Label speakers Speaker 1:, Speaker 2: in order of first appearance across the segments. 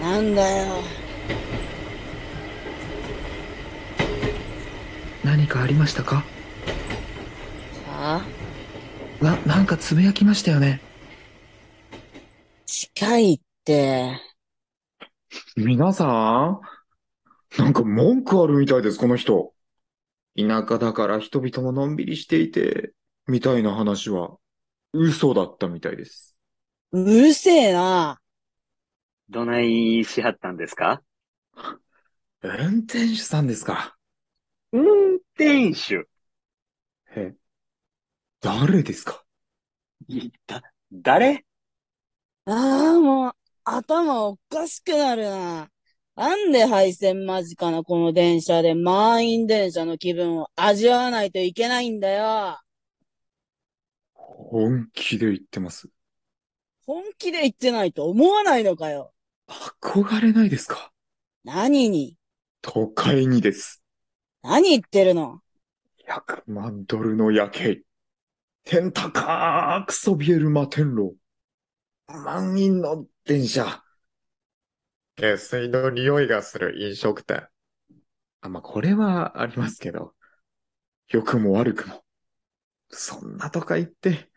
Speaker 1: なんだよ
Speaker 2: 何かありましたか
Speaker 1: あ
Speaker 2: な、なんかつぶやきましたよね。
Speaker 1: 近いって
Speaker 3: 皆さん、なんか文句あるみたいです、この人。田舎だから人々ものんびりしていて、みたいな話は、嘘だったみたいです。
Speaker 1: うるせえな
Speaker 4: どないしはったんですか
Speaker 3: 運転手さんですか。
Speaker 4: 運転手。
Speaker 3: え、誰ですか
Speaker 4: だ、誰
Speaker 1: ああもう頭おかしくなるななんで配線間近なこの電車で満員電車の気分を味わわないといけないんだよ
Speaker 3: 本気で言ってます。
Speaker 1: 本気で言ってないと思わないのかよ
Speaker 3: 憧れないですか
Speaker 1: 何に
Speaker 3: 都会にです。
Speaker 1: 何言ってるの
Speaker 3: 100万ドルの夜景。天高くそびえる摩天楼。満員の電車。下水の匂いがする飲食店。あ、まあ、これはありますけど。良くも悪くも。そんなとか言って、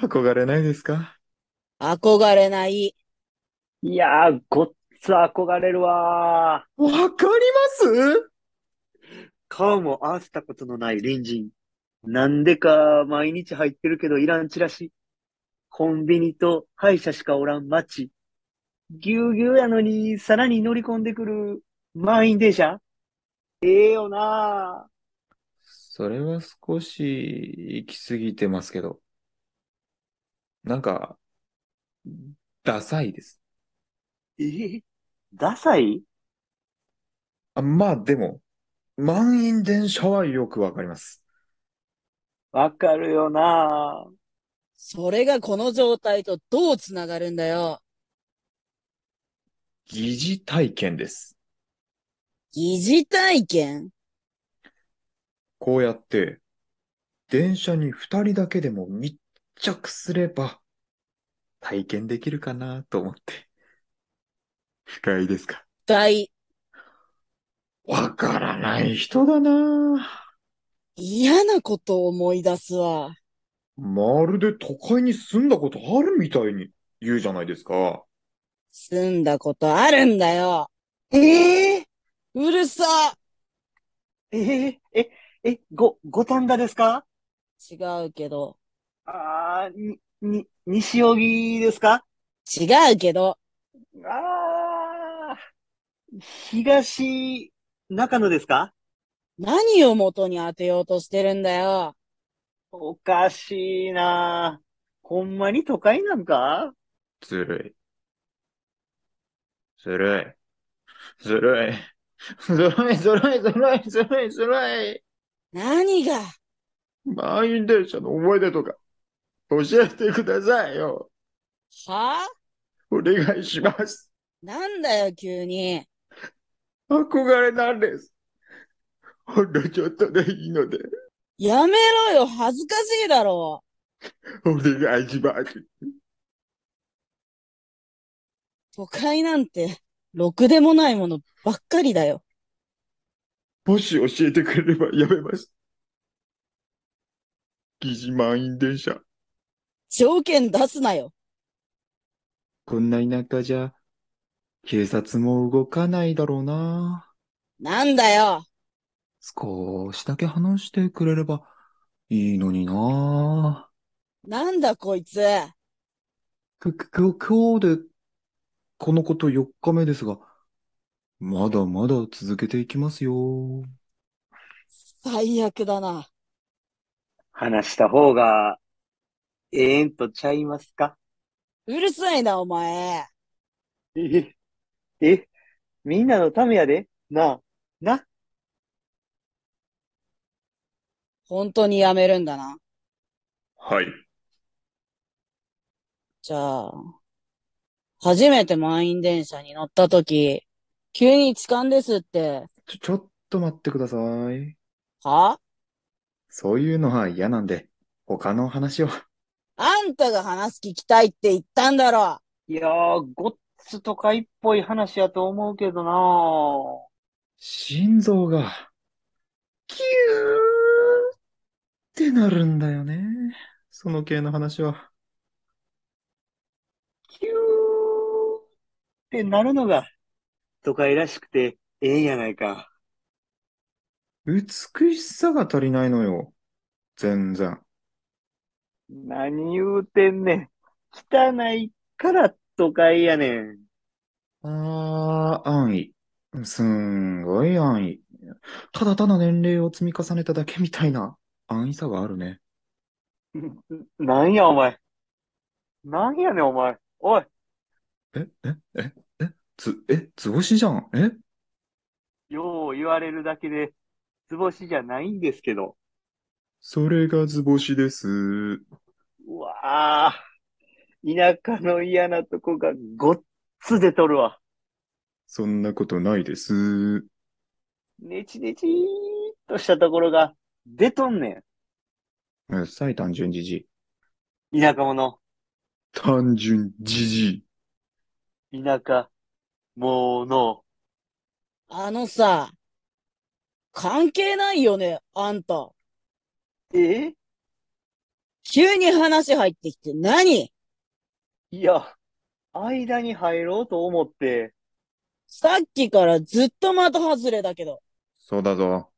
Speaker 3: 憧れないですか
Speaker 1: 憧れない
Speaker 4: いやー、ごっつ憧れるわ
Speaker 3: わかります
Speaker 4: 顔も合わせたことのない隣人。なんでか毎日入ってるけどいらんチラシ。コンビニと歯医者しかおらん街。ぎゅうぎゅうやのにさらに乗り込んでくる満員電車。ええよな
Speaker 3: それは少し行き過ぎてますけど。なんか、ダサいです。
Speaker 4: ええダサい
Speaker 3: あ、まあでも、満員電車はよくわかります。
Speaker 4: わかるよな
Speaker 1: それがこの状態とどうつながるんだよ
Speaker 3: 疑似体験です。
Speaker 1: 疑似体験
Speaker 3: こうやって、電車に二人だけでも密着すれば、体験できるかなと思って。不快ですか
Speaker 1: 大
Speaker 3: わからない人だな
Speaker 1: 嫌なことを思い出すわ。
Speaker 3: まるで都会に住んだことあるみたいに言うじゃないですか。
Speaker 1: 住んだことあるんだよ。
Speaker 4: ええ
Speaker 1: うるさ
Speaker 4: えええ、え、ご、五反田ですか
Speaker 1: 違うけど。
Speaker 4: ああ、に、に、西荻ですか
Speaker 1: 違うけど。
Speaker 4: ああ、東、中野ですか
Speaker 1: 何を元に当てようとしてるんだよ。
Speaker 4: おかしいな。ほんまに都会なんか
Speaker 3: ずるい。ずるい。ずるい。ずるい、ずるい、ずるい、ずるい、ずるい。
Speaker 1: 何が
Speaker 3: 満員電車の思い出とか、教えてくださいよ。
Speaker 1: はぁ
Speaker 3: お願いします。
Speaker 1: なんだよ、急に。
Speaker 3: 憧れなんです。ほんのちょっとでいいので、
Speaker 1: やめろよ、恥ずかしいだろ。
Speaker 3: お願いします。
Speaker 1: 都会なんて、ろくでもないものばっかりだよ。
Speaker 3: もし教えてくれればやめます。疑似満員電車。
Speaker 1: 条件出すなよ。
Speaker 3: こんな田舎じゃ、警察も動かないだろうな。
Speaker 1: なんだよ。
Speaker 3: 少しだけ話してくれればいいのにな
Speaker 1: なんだこいつ。
Speaker 3: ぁ。く、く、今日で、このこと4日目ですが、まだまだ続けていきますよ。
Speaker 1: 最悪だな。
Speaker 4: 話した方が、ええんとちゃいますか
Speaker 1: うるさいな、お前。
Speaker 4: え、え、みんなのためやで。なあ、な、
Speaker 1: 本当にやめるんだな。
Speaker 3: はい。
Speaker 1: じゃあ、初めて満員電車に乗ったとき、急に痴漢ですって、
Speaker 3: ちょ、ちょっと待ってください。
Speaker 1: は
Speaker 3: そういうのは嫌なんで、他の話を。
Speaker 1: あんたが話聞きたいって言ったんだろ
Speaker 4: いやー、ごっスト会っぽい話やと思うけどな
Speaker 3: 心臓が、キューってなるんだよね。その系の話は。
Speaker 4: キューってなるのが、都会らしくてええんやないか。
Speaker 3: 美しさが足りないのよ。全然。
Speaker 4: 何言うてんねん。汚いから都会やねん。
Speaker 3: ああ、安易。すんごい安易。ただただ年齢を積み重ねただけみたいな安易さがあるね。
Speaker 4: なんやお前。なんやねんお前。おい、
Speaker 3: え、え、え、え、つ、え、図星じゃん。え
Speaker 4: よう言われるだけで、図星じゃないんですけど。
Speaker 3: それが図星です。
Speaker 4: うわあ、田舎の嫌なとこがごっつ出とるわ。
Speaker 3: そんなことないです。
Speaker 4: ねちねちーっとしたところが出とんね
Speaker 3: うっさい単純じじい。
Speaker 4: ん。田舎者。
Speaker 3: 単純じじい。
Speaker 4: 田舎、もの。
Speaker 1: あのさ、関係ないよね、あんた。
Speaker 4: え
Speaker 1: 急に話入ってきて何
Speaker 4: いや、間に入ろうと思って、
Speaker 1: さっきからずっと的外れだけど、
Speaker 3: そうだぞ。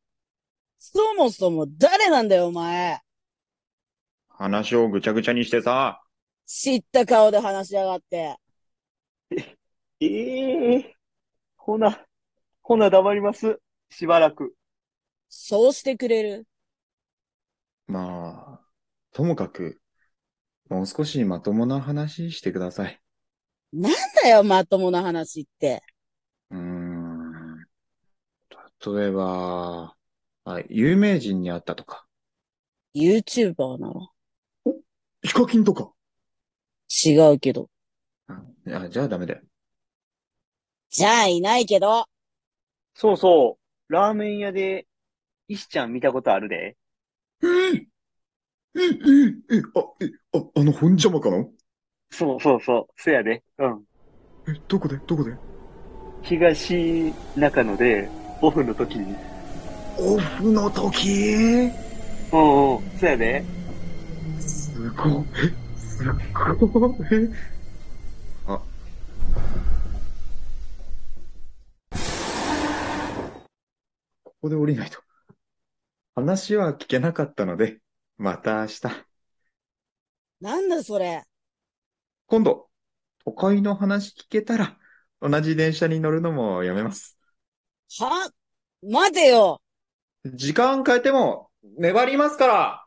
Speaker 1: そもそも誰なんだよ、お前。
Speaker 3: 話をぐちゃぐちゃにしてさ。
Speaker 1: 知った顔で話しやがって。
Speaker 4: ええほな、ほな黙ります。しばらく。
Speaker 1: そうしてくれる。
Speaker 3: まあ、ともかく、もう少しまともな話してください。
Speaker 1: なんだよ、まともな話って。
Speaker 3: うーん。例えば、あ有名人に会ったとか。
Speaker 1: YouTuber な
Speaker 3: ヒカキンとか。
Speaker 1: ら。違うけど。
Speaker 3: あじゃあダメだよ。
Speaker 1: じゃあいないけど、
Speaker 4: そうそう。ラーメン屋で、石ちゃん見たことあるで。
Speaker 3: ええええええあ、え、あ、あの本邪魔かな
Speaker 4: そうそうそう。そやで。うん。
Speaker 3: え、どこでどこで
Speaker 4: 東中野で、オフの時に。
Speaker 3: オフの時
Speaker 4: うんうん。そやで。
Speaker 3: すごい。え、すごい。えあ。ここで降りないと。話は聞けなかったので、また明日。
Speaker 1: なんだそれ。
Speaker 3: 今度、都会の話聞けたら、同じ電車に乗るのもやめます。
Speaker 1: は待てよ
Speaker 3: 時間変えても、粘りますから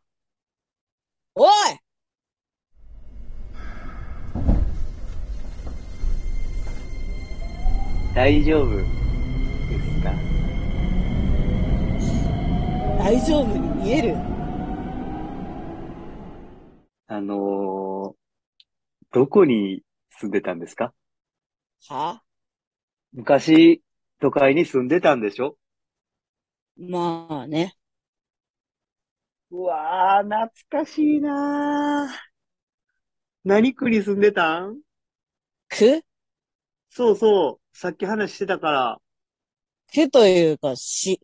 Speaker 1: おい
Speaker 4: 大丈夫。ですか。
Speaker 1: 大丈夫に見える
Speaker 4: あのー、どこに住んでたんですか
Speaker 1: は
Speaker 4: 昔、都会に住んでたんでしょ
Speaker 1: まあね。
Speaker 4: うわー、懐かしいなー。何区に住んでたん
Speaker 1: 区
Speaker 4: そうそう、さっき話してたから。
Speaker 1: 区というか市。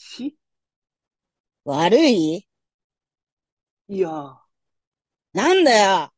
Speaker 4: し
Speaker 1: 悪い
Speaker 4: いやー、
Speaker 1: なんだよ